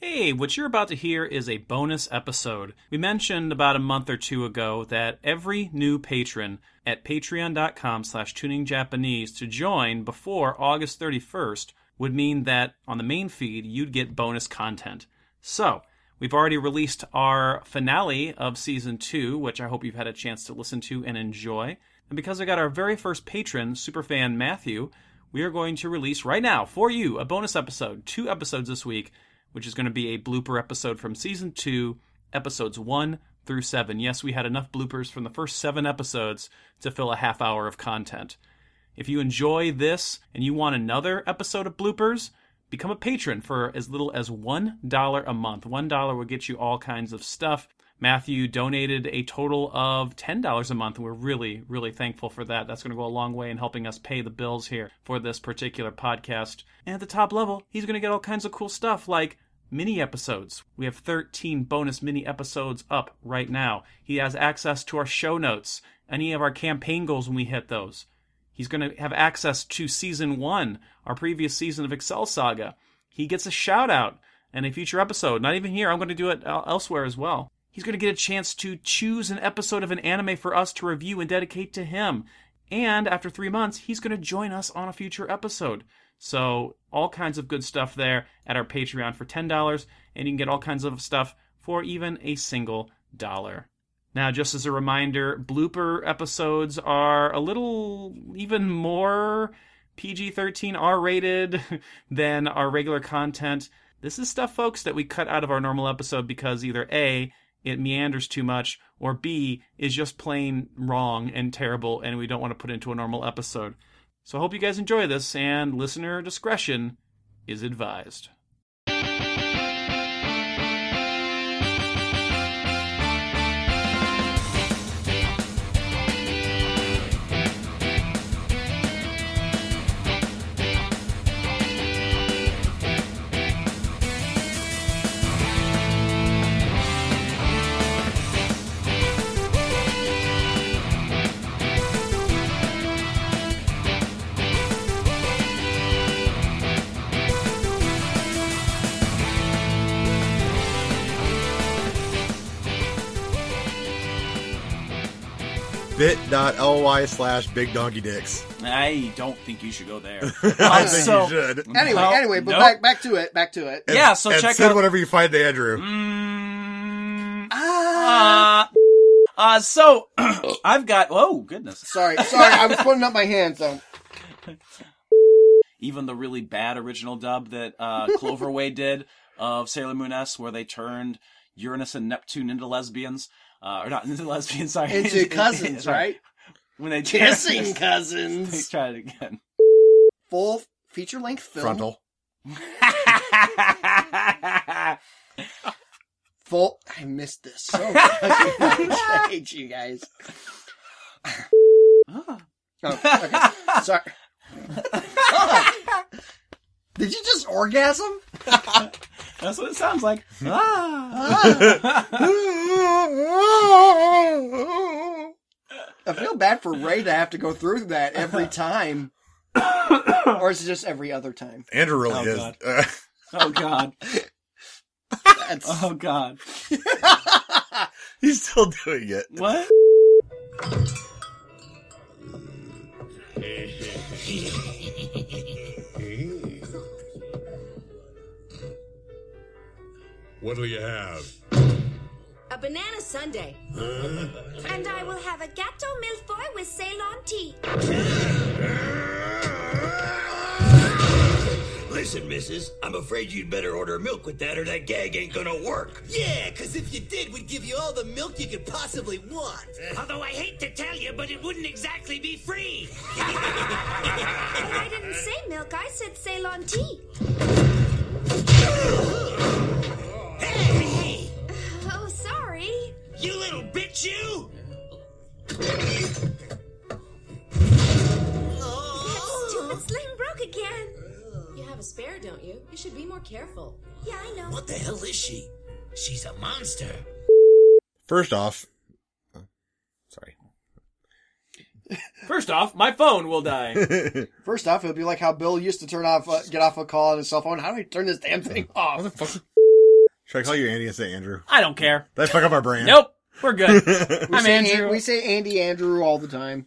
Hey, what you're about to hear is a bonus episode. We mentioned about a month or two ago that every new patron at patreon.com slash tuningjapanese to join before August 31st would mean that on the main feed you'd get bonus content. So, we've already released our finale of season 2, which I hope you've had a chance to listen to and enjoy. And because I got our very first patron, superfan Matthew, we are going to release right now for you a bonus episode, two episodes this week, which is going to be a blooper episode from season two, episodes one through seven. Yes, we had enough bloopers from the first seven episodes to fill a half hour of content. If you enjoy this and you want another episode of bloopers, become a patron for as little as $1 a month. $1 will get you all kinds of stuff. Matthew donated a total of $10 a month, and we're really, really thankful for that. That's going to go a long way in helping us pay the bills here for this particular podcast. And at the top level, he's going to get all kinds of cool stuff like mini episodes. We have 13 bonus mini episodes up right now. He has access to our show notes, any of our campaign goals when we hit those. He's going to have access to season one, our previous season of Excel Saga. He gets a shout out in a future episode. Not even here, I'm going to do it el- elsewhere as well. He's going to get a chance to choose an episode of an anime for us to review and dedicate to him. And after three months, he's going to join us on a future episode. So, all kinds of good stuff there at our Patreon for $10, and you can get all kinds of stuff for even a single dollar. Now, just as a reminder, blooper episodes are a little even more PG 13 R rated than our regular content. This is stuff, folks, that we cut out of our normal episode because either A, it meanders too much, or B is just plain wrong and terrible, and we don't want to put into a normal episode. So I hope you guys enjoy this, and listener discretion is advised. bit.ly slash big donkey dicks. I don't think you should go there. I think so- you should. Anyway, Well, anyway, but nope. back back to it, back to it. yeah, so and check send out. whatever you find to Andrew. Mm, Ah, uh, uh, so I've got. Oh goodness! sorry, sorry, I was putting up my hand. So Even the really bad original dub that uh, Cloverway did of Sailor Moon S, where they turned Uranus and Neptune into lesbians, uh, or not into lesbians. Sorry, into cousins, right? When they turned- Kissing They cousins. tried it again. Full feature length film. Frontal. Full. I missed this so much. I hate you guys. Oh, okay. Sorry. Did you just orgasm? That's what it sounds like. Ah. I feel bad for Ray to have to go through that every time. or is it just every other time? Andrew really Oh, is. God. Uh, Oh god. That's Oh god. he's still doing it. What? What'll you have? A banana sundae. and I will have a gatto milfoy with Ceylon tea. Listen, missus, I'm afraid you'd better order milk with that or that gag ain't gonna work. Yeah, cause if you did, we'd give you all the milk you could possibly want. Although I hate to tell you, but it wouldn't exactly be free. And I didn't say milk, I said Ceylon tea. Hey! Oh, sorry. You little bitch, you! That stupid sling broke again. You have a spare, don't you? You should be more careful. Yeah, I know. What the hell is she? She's a monster. First off, sorry. First off, my phone will die. First off, it'll be like how Bill used to turn off, uh, get off a call on his cell phone. How do I turn this damn thing off? Should I call you Andy and say Andrew? I don't care. That fuck up our brand. Nope, we're good. I'm say Andrew. An- we say Andy Andrew all the time.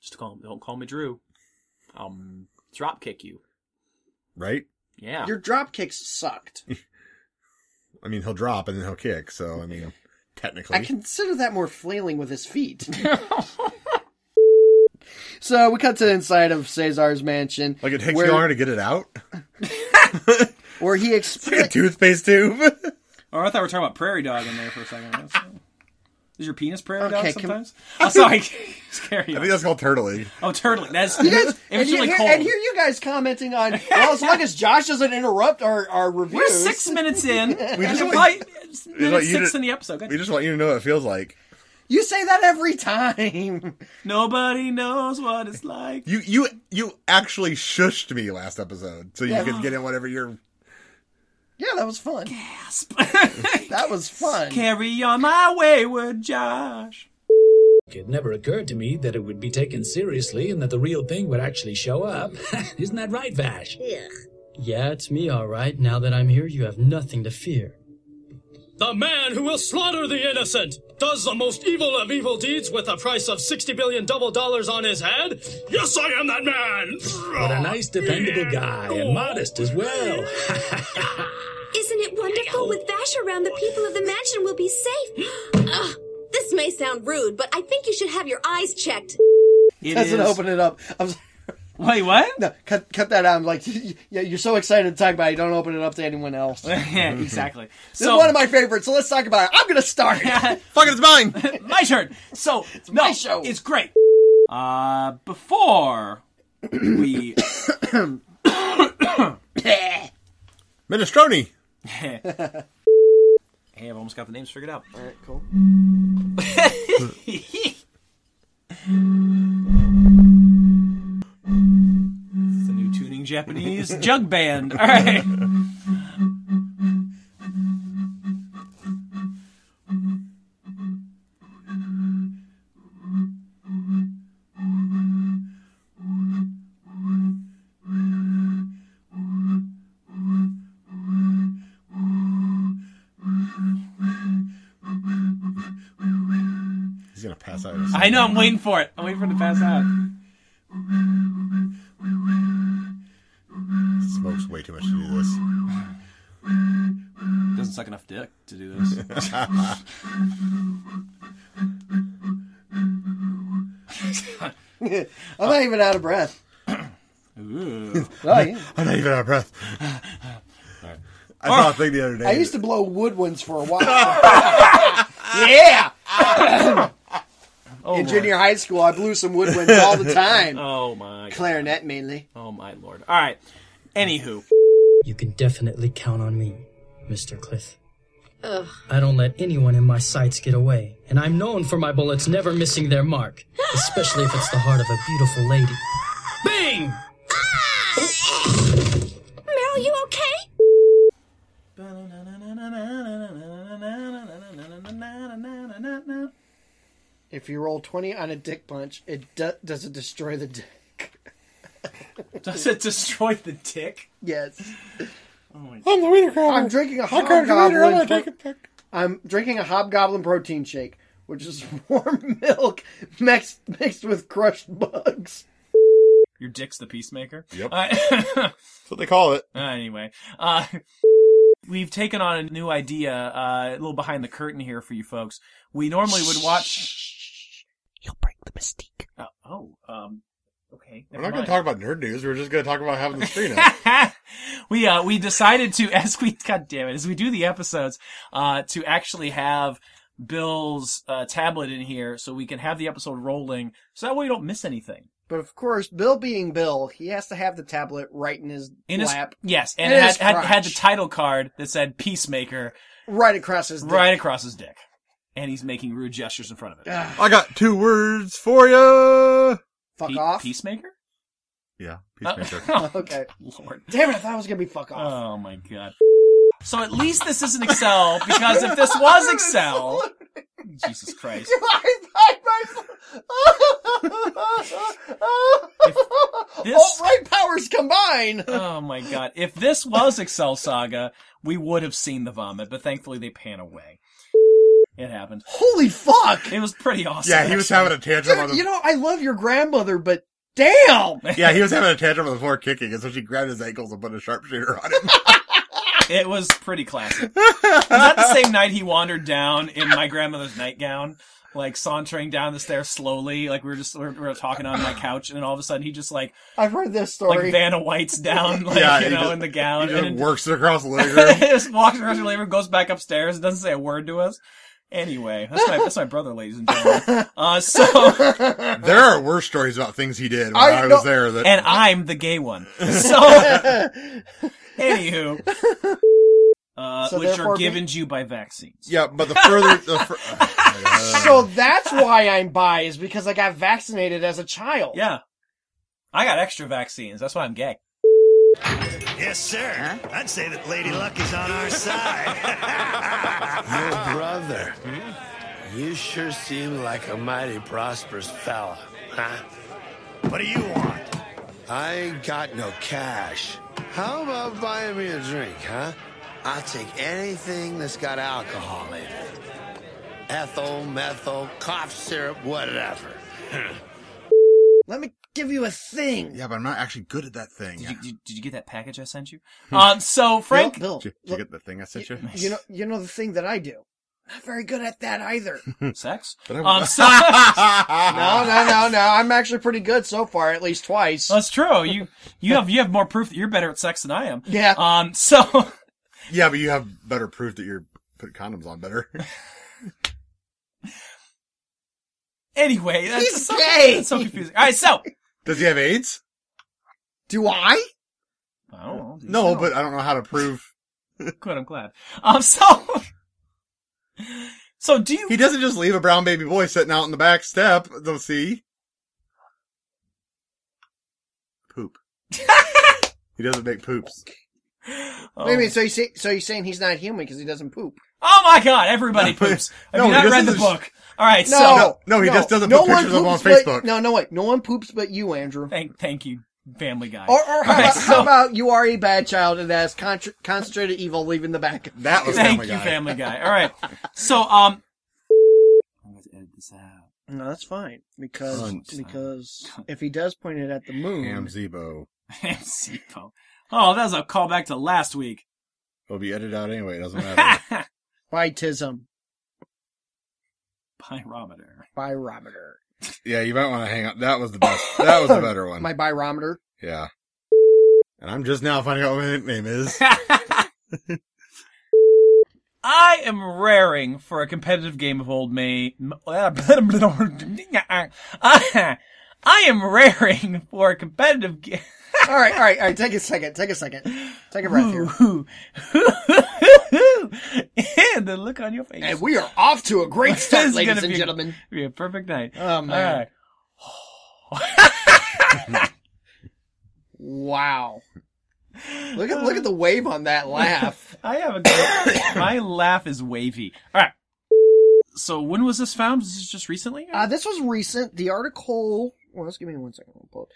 Just call don't call me Drew. I'll drop kick you. Right? Yeah. Your drop kicks sucked. I mean, he'll drop and then he'll kick. So I mean, technically, I consider that more flailing with his feet. so we cut to the inside of Cesar's mansion. like it takes where, you longer to get it out. where he Like a explains. toothpaste tube. Oh, I thought we were talking about prairie dog in there for a second. That's- Is your penis prairie Okay, dog can- sometimes? Oh, sorry. Scary. I think that's called turtling. Oh, turtling. That's You it guys, was and, you- really here, cold. and here you guys commenting on, well, as long as Josh doesn't interrupt our, our reviews. We're six minutes in. we just just like- minute like you six did- in the episode. We just want you to know what it feels like. You say that every time. Nobody knows what it's like. You you you actually shushed me last episode, so you could get in whatever your Yeah, that was fun. That was fun. Carry on my wayward Josh. It never occurred to me that it would be taken seriously and that the real thing would actually show up. Isn't that right, Vash? Ugh. Yeah, it's me, all right. Now that I'm here, you have nothing to fear. The man who will slaughter the innocent does the most evil of evil deeds with a price of 60 billion double dollars on his head. Yes, I am that man! What a nice, dependable guy, and modest as well. Isn't it wonderful? With Vash around, the people of the mansion will be safe. Ugh, this may sound rude, but I think you should have your eyes checked. It Doesn't is- open it up. I'm sorry. Wait, what? No, cut, cut that out. I'm like, yeah, you're so excited to talk about it, don't open it up to anyone else. This yeah, exactly. is So one of my favorites, so let's talk about it. I'm going to start. fuck it, it's mine. my turn. So no, my show. it's great. Uh, before we Minestrone. Hey, I've almost got the names figured out. All right, cool. it's the new tuning Japanese jug band. All right. He's gonna pass out. I know. I'm waiting for it. I'm waiting for it to pass out. Smokes way too much to do this. Doesn't suck enough dick to do this. I'm not even out of breath. Ooh. Oh, yeah. I'm not even out of breath. I saw a thing the other day. I used to blow woodwinds for a while. yeah! In junior high school, I blew some woodwinds all the time. Oh my. God. Clarinet mainly. Oh my lord. All right. Anywho, You can definitely count on me, Mr. Cliff. Ugh. I don't let anyone in my sights get away, and I'm known for my bullets never missing their mark, especially if it's the heart of a beautiful lady. Bang! Meryl, you okay? If you roll 20 on a dick punch, it do- does it destroy the dick. does it destroy the dick? Yes. Oh, I'm the wiener crowd. I'm drinking a I'm the wiener. I'm hobgoblin. gonna pro- take a pic. I'm drinking a hobgoblin protein shake, which is warm milk mixed mixed with crushed bugs. Your dick's the peacemaker. Yep. All right. That's what they call it. Uh, anyway, uh, we've taken on a new idea, uh, a little behind the curtain here for you folks. We normally would watch. You'll break the mystique. oh, um, okay. We're never not gonna mind. talk about nerd news. We're just gonna talk about having the screen up. we uh we decided to as we god damn it as we do the episodes uh to actually have Bill's uh, tablet in here so we can have the episode rolling so that way we don't miss anything. But of course, Bill being Bill, he has to have the tablet right in his In his lap, yes, and In it had, his had had the crotch. title card that said Peacemaker right across his dick. right across his dick, and he's making rude gestures in front of it. Ugh, I got two words for you. Ah, fuck Pe- off. Peacemaker. Yeah, Uh, peacemaker. Okay. Lord. Damn it! I thought it was gonna be fuck off. Oh my god. So at least this Uh, isn't Excel because if this was Excel, Jesus Christ. I thought my Alt right powers combine. oh my god. If this was Excel Saga, we would have seen the vomit, but thankfully they pan away. It happened. Holy fuck! It was pretty awesome. Yeah, he was having a tantrum on Dude, the. you know I love your grandmother, but damn. yeah, he was having a tantrum on the floor kicking, and so she grabbed his ankles and put a sharpshooter on him. It was pretty classic. was that the same night he wandered down in my grandmother's nightgown? Like sauntering down the stairs slowly, like we were just we were, we were talking on my couch, and then all of a sudden he just like I've heard this like story. Vanna White's down, like Yeah, you he know, just- in the he gown, just and works it across the living it, room. just walks across the living room, goes back upstairs, and doesn't say a word to us. Anyway, that's my that's my brother, ladies and gentlemen. Uh, so There are worse stories about things he did when I I, know- was there. That and I'm the gay one. So, anywho, uh, So which therefore are be- given to you by vaccines. yeah, but the further the fur- so that's why I'm bi is because I got vaccinated as a child. Yeah, I got extra vaccines. That's why I'm gay. Yes, sir. I'd say that Lady Luck is on our side. Your brother. You sure seem like a mighty prosperous fella, huh? what do you want? I ain't got no cash. How about buying me a drink, huh? I'll take anything that's got alcohol in it. Ethyl, methyl, cough syrup, whatever. Let me give you a thing. yeah, but I'm not actually good at that thing. Did you, did, did you get that package I sent you? Um, so Frank, Bill, Did Bill, you, did you get the thing I sent you? you know, you know the thing that I do. Not very good at that either. sex. I- Um, so, no, no, no, no. I'm actually pretty good so far, at least twice. that's true. You you have you have more proof that you're better at sex than I am. Yeah. uh, Um. So Yeah, but you have better proof that you're put condoms on better. anyway, that's He's so, gay. that's so confusing. All right. So Does he have AIDS? do I? I don't know. dude. Oh, No, but I don't know how to prove. Good. I'm glad. Um. So. So do you He doesn't just leave a brown baby boy sitting out in the back step. They'll see. Poop. he doesn't make poops. Oh. Wait a minute. So you say, so you're saying he's not human because he doesn't poop? Oh my god, everybody poops. Have No, you not this read is the a sh- book? All right, No, so No, no, he just doesn't put one pictures up on poops but- Facebook. no, no, wait. No one poops but you, Andrew. thank thank you, Family Guy. Or, or how, Okay, about, so- how about you are a bad child and that is contra- concentrated evil leaving the back? That was thank Family you, Guy. Family Guy. All right, so um, I'm going to edit this out. No, that's fine because Cunt. because if he does point it at the moon, Am Zebo. Sipo. Oh, that was a callback to last week. It'll be edited out anyway. It doesn't matter. Pyrometer. bitism, birometer, yeah, you might want to hang up. That was the best. That was the better one. my birometer. yeah. And I'm just now finding out what my name is. I am raring for a competitive game of Old May. I am raring for a competitive game. all right, all right, all right. Take a second. Take a second. Take a breath here. and the look on your face. And we are off to a great This start, is ladies gonna and be- gentlemen. be a perfect night. Oh, man. All right. Wow. Look at look Uh. at the wave on that laugh. I have a good. my laugh is wavy. All right. So when was this found? Was this just recently? Uh, this was recent. The article. Well, just give me one second. I'll pull it.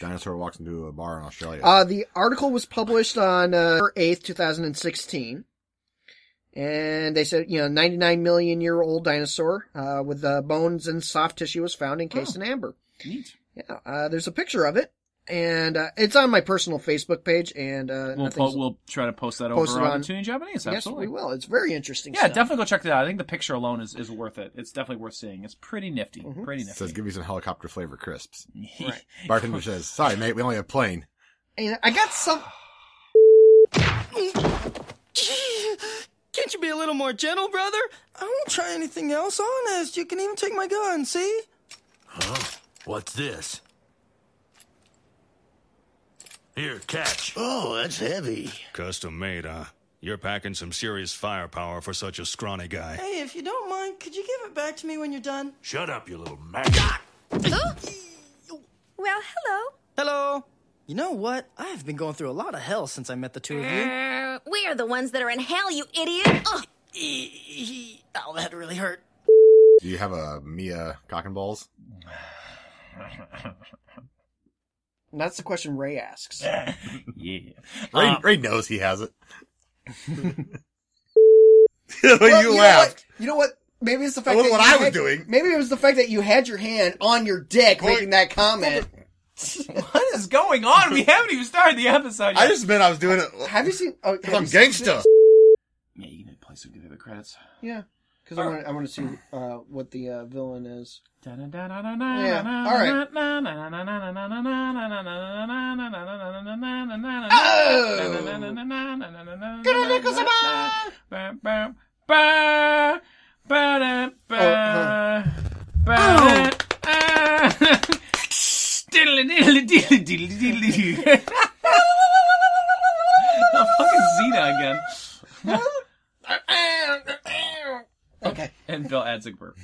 Dinosaur walks into a bar in Australia. Uh, the article was published on uh, eighth, two thousand and sixteen, and they said you know ninety nine million year old dinosaur uh, with uh, bones and soft tissue was found Oh. encased in amber. Neat. Yeah, uh, there's a picture of it, and uh, it's on my personal Facebook page, and uh, We'll, oh, nothing's- po- we'll try to post that Post over it on, on- Tuning Japanese. yes, Absolutely. we will. It's very interesting. Yeah, stuff. definitely go check that out. I think the picture alone is, is worth it. It's definitely worth seeing. It's pretty nifty. Mm-hmm. Pretty It says, nifty. give me some helicopter flavor crisps. right. Bartender says, sorry, mate, we only have plain. And I got some. Can't you be a little more gentle, brother? I won't try anything else, honest. You can even take my gun, see? What's this? Here, catch. Oh, that's heavy. Custom made, huh? You're packing some serious firepower for such a scrawny guy. Hey, if you don't mind, could you give it back to me when you're done? Shut up, you little maggot. Well, hello. Hello. You know what? I've been going through a lot of hell since I met the two of you. Uh, we are the ones that are in hell, you idiot. Ugh. Oh, that really hurt. Do you have a Mia cock and balls? And that's the question Ray asks. yeah. Ray, Uh, Ray knows he has it. Well, you know laughed. what? You know what? Maybe it's the fact That that wasn't you what I was had- doing. Maybe it was the fact that you had your hand on your dick Well, making that comment. What is going on? We haven't even started the episode yet. I just meant I was doing it. Have you seen? Oh, have I'm you seen- gangsta. Yeah, you need to play some of the credits. Yeah, because I want I want to see uh, what the uh, villain is. Yeah. all right. Oh. Oh, fucking Xena again. Okay, And Bill adds a burp.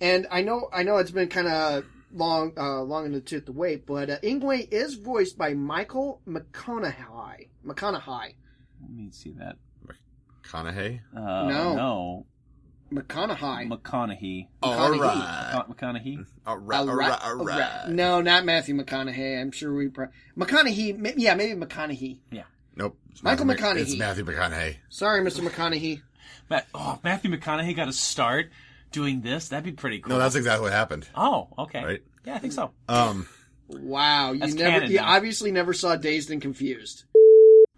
and I know I know it's been kind of long uh, long in the tooth to wait, but uh, Ingwe is voiced by Michael McConaughey. McConaughey. Let me see that. Conahay? Uh, No. No. McConaughey. McConaughey. Oh, All right. Con- McConaughey. All right. All right. All right. No, not Matthew McConaughey. I'm sure we pro- McConaughey. ma- Yeah, maybe McConaughey. Nope. It's Michael Matthew Mc- McConaughey. It's Matthew McConaughey. Sorry, Mr. McConaughey. Matt, oh, if Matthew McConaughey got a start doing this. That'd be pretty cool. No, that's exactly what happened. oh, okay. Right. Yeah, I think so. Um, Wow, you That's never canon you now. obviously never saw Dazed and Confused.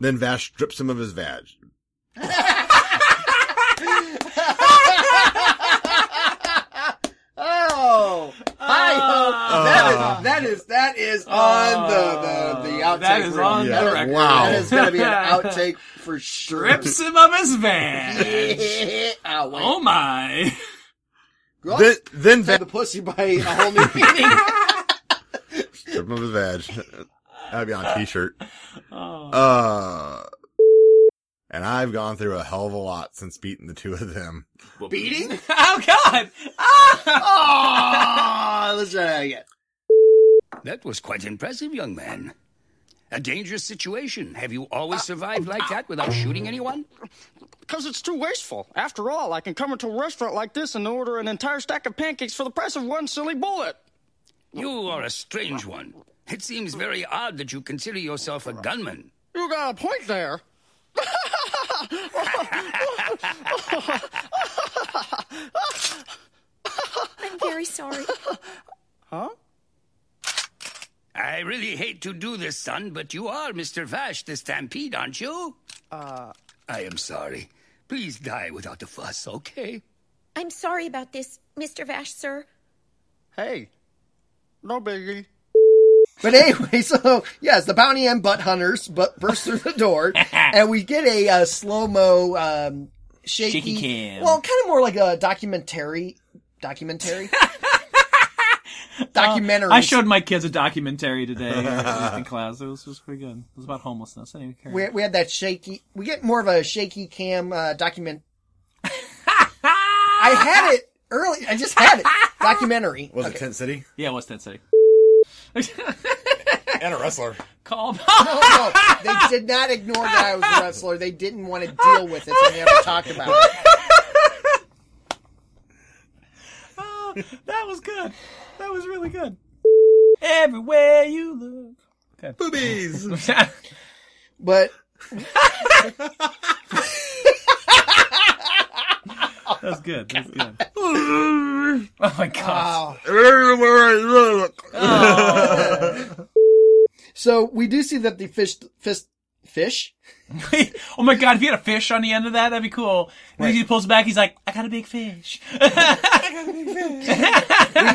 then Vash strips him of his vag. Oh, hi Ah. ho! That is that is that is on the the the outtake. That is reel. on Yeah. the record. Wow. That is gonna be an outtake for sure. Rips him of his van. Ow, wait. oh my. Gross. Then, then Had Vash the pussy by a whole new meaning. strip him of his vag. That'd be on a t-shirt. Oh. Uh, and I've gone through a hell of a lot since beating the two of them. Beating? Oh god. Ah! Oh, let's try that again. That was quite impressive, young man. A dangerous situation. Have you always survived like that without shooting anyone? Because it's too wasteful. After all, I can come into a restaurant like this and order an entire stack of pancakes for the price of one silly bullet. You are a strange one. It seems very odd that you consider yourself a gunman. You got a point there. I'm very sorry. I really hate to do this, son, but you are Mr. Vash the Stampede, aren't you? Uh. I am sorry. Please die without a fuss, okay? I'm sorry about this, Mr. Vash, sir. Hey, no biggie. But anyway, so yes, the bounty and butt hunters but burst through the door, and we get a uh, slow mo um, shaky, Shaky cam. Well, kind of more like a documentary, documentary, documentary. I showed my kids a documentary today in class. It was, it was pretty good. It was about homelessness. I didn't even We, care. we had that shaky. We get more of a shaky cam uh, document. I had it early. I just had it documentary. Was it Tent City? Yeah, what's that say? And a wrestler. Call. Oh, No, they did not ignore that I was a wrestler. They didn't want to deal with it, so they never talked about it. Ah, That was good. That was really good. Everywhere you Boobies. look. But That's good. That's good. oh my god. so we do see that the fish, fish, fish. oh my god, if you had a fish on the end of that, that'd be cool. And then he pulls back, he's like, I got a big fish.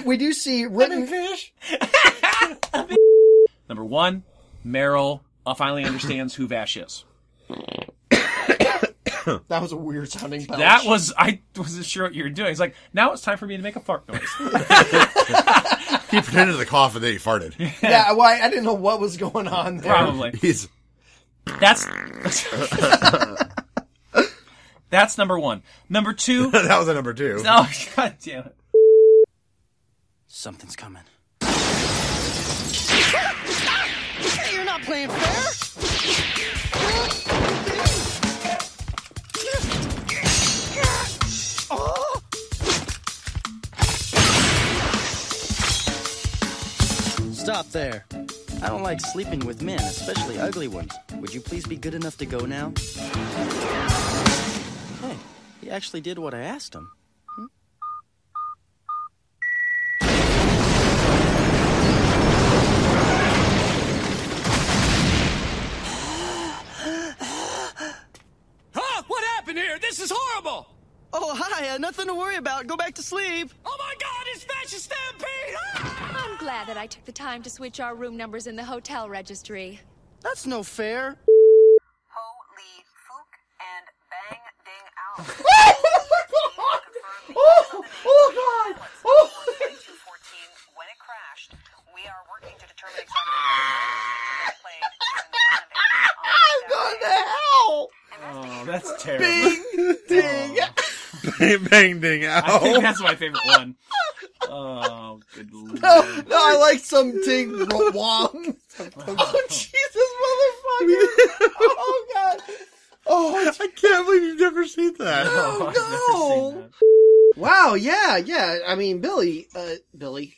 We, we do see written fish. Number one, Meryl uh, finally understands who Vash is. That was a weird sounding. Belch. That was, I wasn't sure what you were doing. It's like, now it's time for me to make a fart noise. he pretended to cough and then he farted. yeah. Well, I, I didn't know what was going on there. Probably. He's That's. That's number one. Number two, that was a number two. oh god damn it. Something's coming. You're not playing fair. Oh, Stop there. I don't like sleeping with men, especially ugly ones. Would you please be good enough to go now? Hey, he actually did what I asked him. Huh? What happened here? This is horrible! Oh, hi. Uh, nothing to worry about. Go back to sleep. Oh my god, it's Fascist Stampede! Ah! I'm glad that I took the time to switch our room numbers in the hotel registry. That's no fair. oh, oh god! Oh! Oh, I'm going to hell! Oh, that's terrible. Bing! Ding! bang, bang, ding, ow. I think that's my favorite one. Oh, good lord. No, no, I like some ting ro- wong. Oh, Jesus, motherfucker! oh, God! Oh, I can't believe you've never seen that. Oh, no! Wow, yeah, yeah. I mean, Billy, uh, Billy.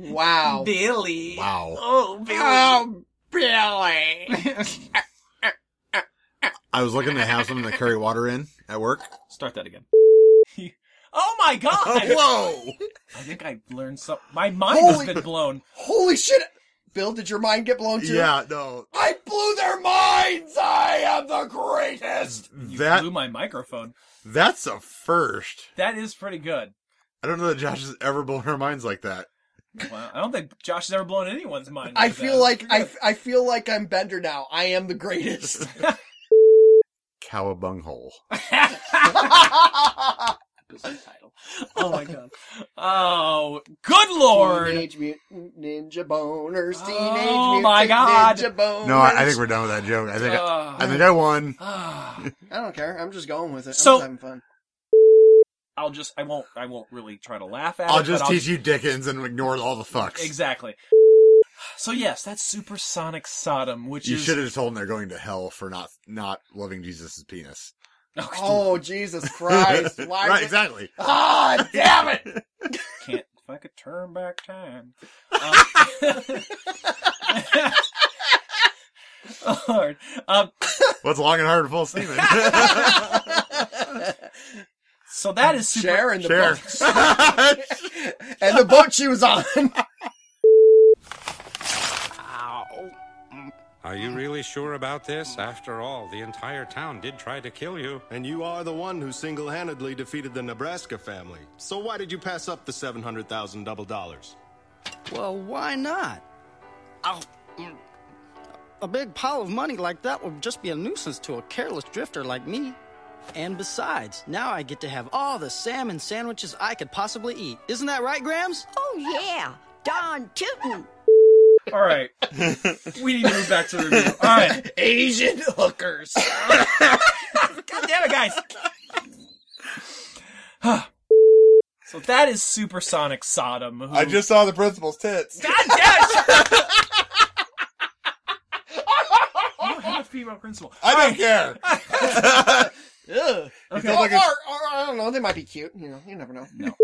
wow. Billy. Wow. Oh, Billy. Oh, Billy. I was looking to have something to carry water in at work. Start that again. Oh my god! Oh, whoa! I think I learned some. My mind Holy- has been blown. Holy shit! Bill, did your mind get blown too? Yeah, no. I blew their minds! I am the greatest! You That- blew my microphone. That's a first. That is pretty good. I don't know that Josh has ever blown our minds like that. Wow. I don't think Josh has ever blown anyone's mind. I Like feel like I, I feel like I'm Bender now. I am the greatest. Cowabunghole. Oh, that. Oh my god. Oh, good lord! Teenage Mutant Ninja Boners. Teenage Oh Mutant my God. Ninja Boners. No, I, I think we're done with that joke. I think Uh, I, I think I won. I don't care. I'm just going with it. I'm So- just having fun. I'll just. I won't. I won't really try to laugh at it. I'll but just teach you Dickens and ignore all the fucks. Exactly. So yes, that's supersonic Sodom, which You is should have told them they're going to hell for not not loving Jesus' penis. Oh Jesus Christ! Why right, did- exactly. Ah, damn it! can't if I could turn back time. Um, Lord, um, What's long and hard and full of semen? so that is super. Sharon the Share. boat, and the boat she was on. Are you really sure about this? After all, the entire town did try to kill you. And you are the one who single handedly defeated the Nebraska family. So why did you pass up the 700,000 double dollars? Well, why not? Ow. Oh. Mm. A big pile of money like that would just be a nuisance to a careless drifter like me. And besides, now I get to have all the salmon sandwiches I could possibly eat. Isn't that right, Grams? Oh, yeah. Don Tootin'. All right, we need to move back to the review. All right, Asian hookers. God damn it, guys. So that is supersonic Sodom. Who, I just saw the principal's tits. You don't have a female principal. I don't care. Ugh. Okay. Or, Like a- or- or I don't know. They might be cute. You know, you never know. No.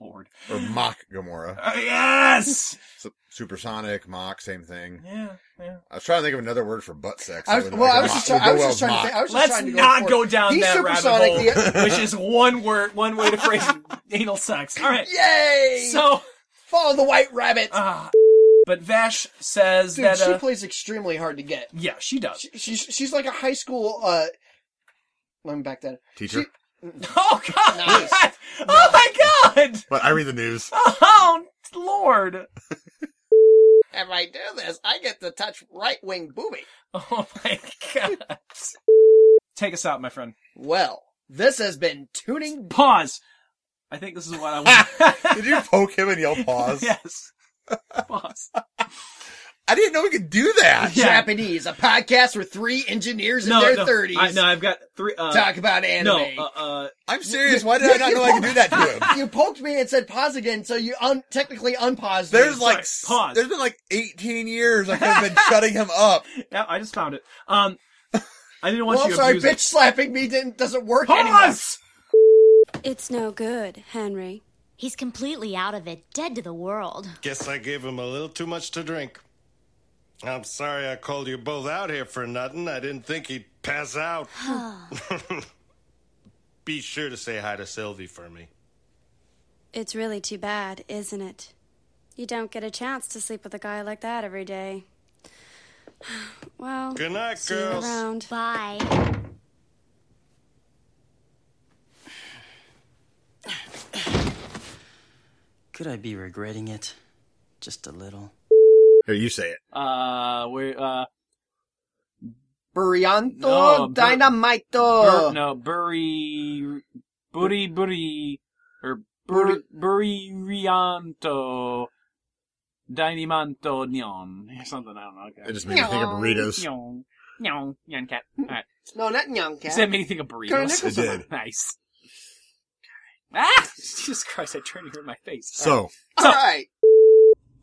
Lord. Or mock Gamora. Uh, yes. Su- supersonic mock, same thing. Yeah, yeah. I was trying to think of another word for butt sex. I was- that would, well, like, I was mock- just would try- I go was well just with trying to mock. think- I was just Let's trying to go not for it. go down He's that rabbit supersonic, hole, the- which is one word, one way to phrase anal sex. All right. Yay! So, follow the white rabbit. but Vash says Dude, that she uh, plays extremely hard to get. yeah, she does. She, she's she's like a high school. uh Let me back that. Teacher. oh God! Nice. Oh my God! But I read the news. Oh Lord! If I do this, I get to touch right wing booby. Oh my God! Take us out, my friend. Well, this has been tuning. Pause. I think this is what I want. Did you poke him and yell pause? yes. Pause. I didn't know we could do that. Japanese, a podcast with three engineers in No, their no, thirties. I, no, I've got three. Uh, Talk about anime. No, uh, uh, I'm serious. Why did I not know I could do that to him? you poked me and said pause again, so you un- technically unpaused. me. There's like s- pause. there's been like 18 years I could have been shutting him up. yeah, I just found it. Um, I didn't want Well, you I'm to sorry, abuse bitch it. slapping me didn't doesn't work anymore. Pause. It's no good, Henry. He's completely out of it, dead to the world. Guess I gave him a little too much to drink. I'm sorry I called you both out here for nothing. I didn't think he'd pass out. Be sure to say hi to Sylvie for me. It's really too bad, isn't it? You don't get a chance to sleep with a guy like that every day. Well, Good night, see you girls. around. Bye. Could I be regretting it? Just a little. Here, you say it. Uh, we uh, Burrianto No, bur- Dynamito. bur- no, Buri, Buri, Buri, or Buri, Burrianto, Dynamanto Nyon, or something. I don't know. Okay. It just made me think of burritos. Nyon, Nyon, Nyon cat. All right. No, not Nyon cat. Does that make me think of Karen burritos? Nicholson. It did. Nice. Ah! Jesus Christ! I turned here in my face. So, All right.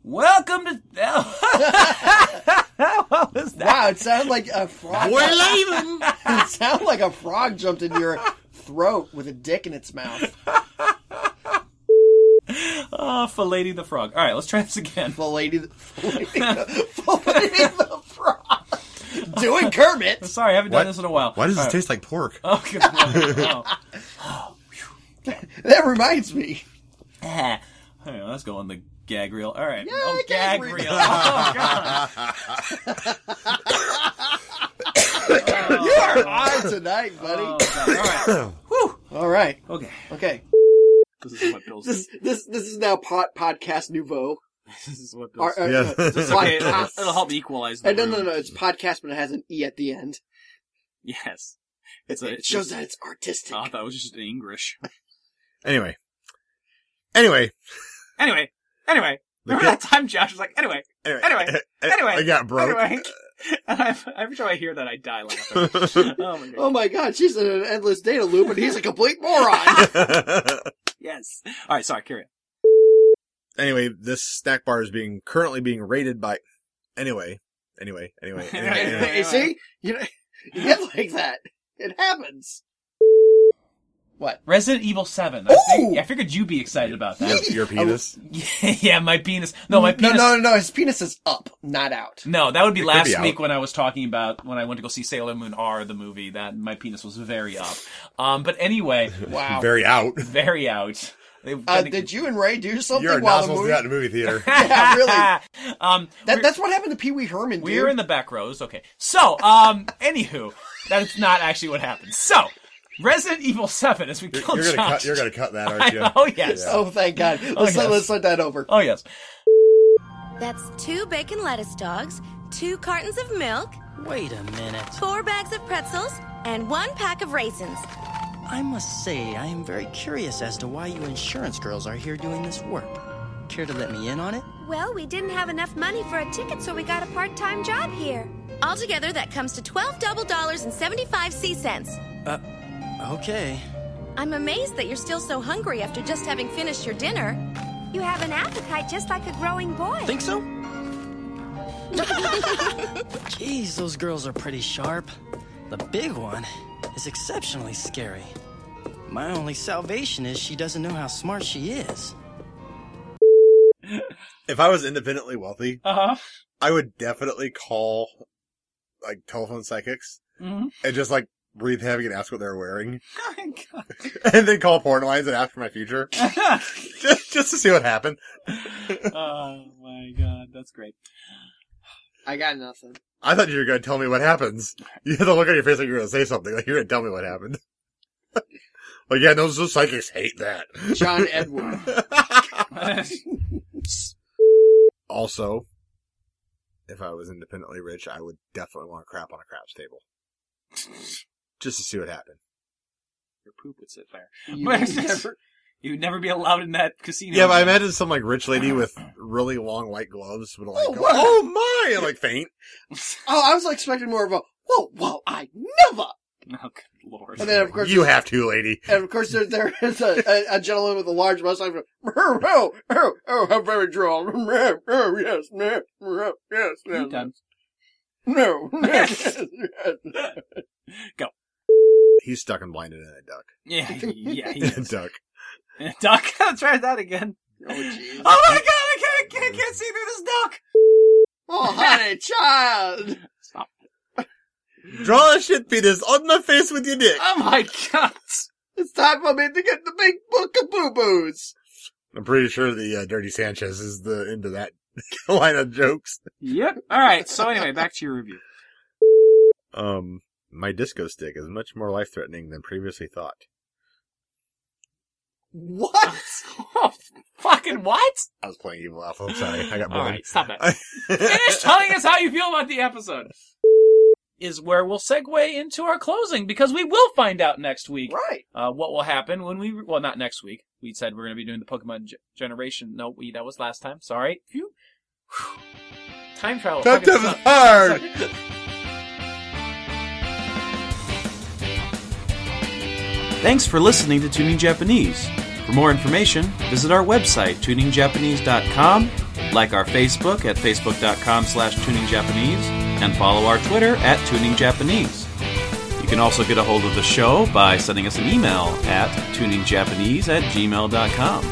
Welcome to. what was that? Wow, it sounded like a frog. We're leaving. it sounded like a frog jumped into your throat with a dick in its mouth. Oh, filleting the frog. All right, let's try this again. Filleting the, frog. Doing Kermit. Sorry, I haven't What- done this in a while. Why does All it right. taste like pork? Oh, good lord. No. that reminds me. Ah. All right, let's go on the gag reel. All right. Yeah, oh, gag gag, reel. reel. Oh, God. you Oh, are Ah. on tonight, buddy. all right. All right. Okay. Okay. This is what Bill's. This this this is now pod, podcast nouveau. This is what Or, Bill's. uh, Yeah. uh, This is okay. It'll, podcast. it'll help equalize. The Uh, no, no, room. no. It's podcast, but it has an e at the end. Yes. It's it shows that it's artistic. Oh, that was just in English. Anyway. Anyway. Anyway, anyway. The Remember kid- that time Josh was like, anyway, Anyway, anyway, eh, anyway, eh, I got broke. Anyway. And I, every time I hear that, I die laughing. oh my god. Oh my god, she's in an endless data loop, and he's a complete moron. Yes. All right, sorry, carry on. anyway, this snack bar is being currently being rated by. Anyway, anyway, anyway, anyway. anyway. you see, you know, you get like that. It happens. What? Resident Evil 7. I, think, I figured you'd be excited about that. Your- your penis? yeah, my penis. No, my penis. No, no, no. His penis is up, not out. No, that would be It could last be out. week when I was talking about when I went to go see Sailor Moon R, the movie. That my penis was very up. Um, but anyway, Wow. Very out. very out. They- Uh, did you and Ray do something You're while not the supposed to movie? do that in a movie theater. yeah, really. um, That, that's what happened to Pee Wee Herman. We're dude. in the back rows. Okay. So, um, anywho, that's not actually what happened. So, Resident Evil 7 as we You're, kill you're gonna Josh. cut. You're gonna cut that, I aren't you? know, oh, yes. Yeah. Oh, thank God. Let's, Oh, yes. let, let's let that over. Oh yes. That's two bacon lettuce dogs, two cartons of milk, Wait a minute. four bags of pretzels, and one pack of raisins. I must say, I am very curious as to why you insurance girls are here doing this work. Care to let me in on it? Well, we didn't have enough money for a ticket, so we got a part time job here. Altogether, that comes to twelve double dollars and seventy-five C cents. Uh, okay. I'm amazed that you're still so hungry after just having finished your dinner. You have an appetite just like a growing boy. Think so? Jeez, those girls are pretty sharp. The big one is exceptionally scary. My only salvation is she doesn't know how smart she is. If I was independently wealthy, uh-huh. I would definitely call like telephone psychics Mhm. and just like breathe heavy and ask what they're wearing, Oh, my God. and then call porn lines and ask for my future, just, just to see what happened. Oh my god, that's great. I got nothing. I thought you were going to tell me what happens. You had the look on your face like you were going to say something. Like you were going to tell me what happened. like yeah, those, those psychics hate that. John Edward. also, if I was independently rich, I would definitely want to crap on a craps table, just to see what happened. Your poop would sit there. You But would it's just- never- you would never be allowed in that casino. Yeah, but I imagine some like rich lady with really long white gloves would like, Oh, oh, what? oh my, and, like faint. Oh, I was expecting more of a whoa, whoa, I never. Oh, good lord. And then of course you have to, lady. And of course, there, there is a, a, a gentleman with a large mustache. going, Oh, oh, oh, how very droll. Oh, yes, yes, yes, yes. You done. No, yes, yes. He's stuck and blinded in a duck. Yeah, yeah, he a duck. duck. Try that again. Oh, oh my god! I can't, I can't, I can't see through this duck. Oh, honey, child. Draw a shit penis on my face with your dick. Oh my god. It's time for me to get the big book of boo boos. I'm pretty sure the uh, Dirty Sanchez is the end of that line of jokes. Yep. All right. So anyway, back to your review. Um, my disco stick is much more life threatening than previously thought. What? fucking what? I was playing Evil Alpha. I'm sorry. I got All bored. right, stop that. Finish telling us how you feel about the episode. Is where we'll segue into our closing because we will find out next week. Right. Uh, what will happen when we, well, not next week. We said we're going to be doing the Pokemon Ge- Generation. No, we, that was last time. Sorry. Phew. Whew. Time travel. That fucking stuff is sucks. hard. Thanks for listening to Tuning Japanese. For more information, visit our website, tuningjapanese.com, like our Facebook at facebook.com slash tuningjapanese, and follow our Twitter at tuningjapanese. You can also get a hold of the show by sending us an email at tuningjapanese at gmail.com.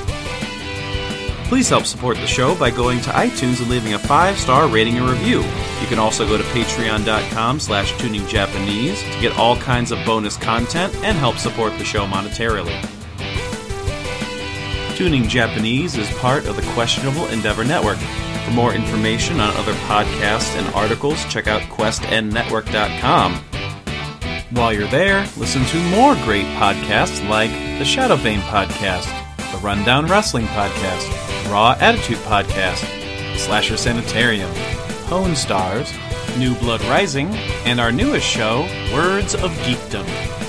Please help support the show by going to iTunes and leaving a five-star rating and review. You can also go to patreon.com slash tuningjapanese to get all kinds of bonus content and help support the show monetarily. Tuning Japanese is part of the Questionable Endeavor Network. For more information on other podcasts and articles, check out questnnetwork.com. While you're there, listen to more great podcasts like the Shadow Vein Podcast, the Rundown Wrestling Podcast, Raw Attitude Podcast, Slasher Sanitarium, Pwn Stars, New Blood Rising, and our newest show, Words of Geekdom.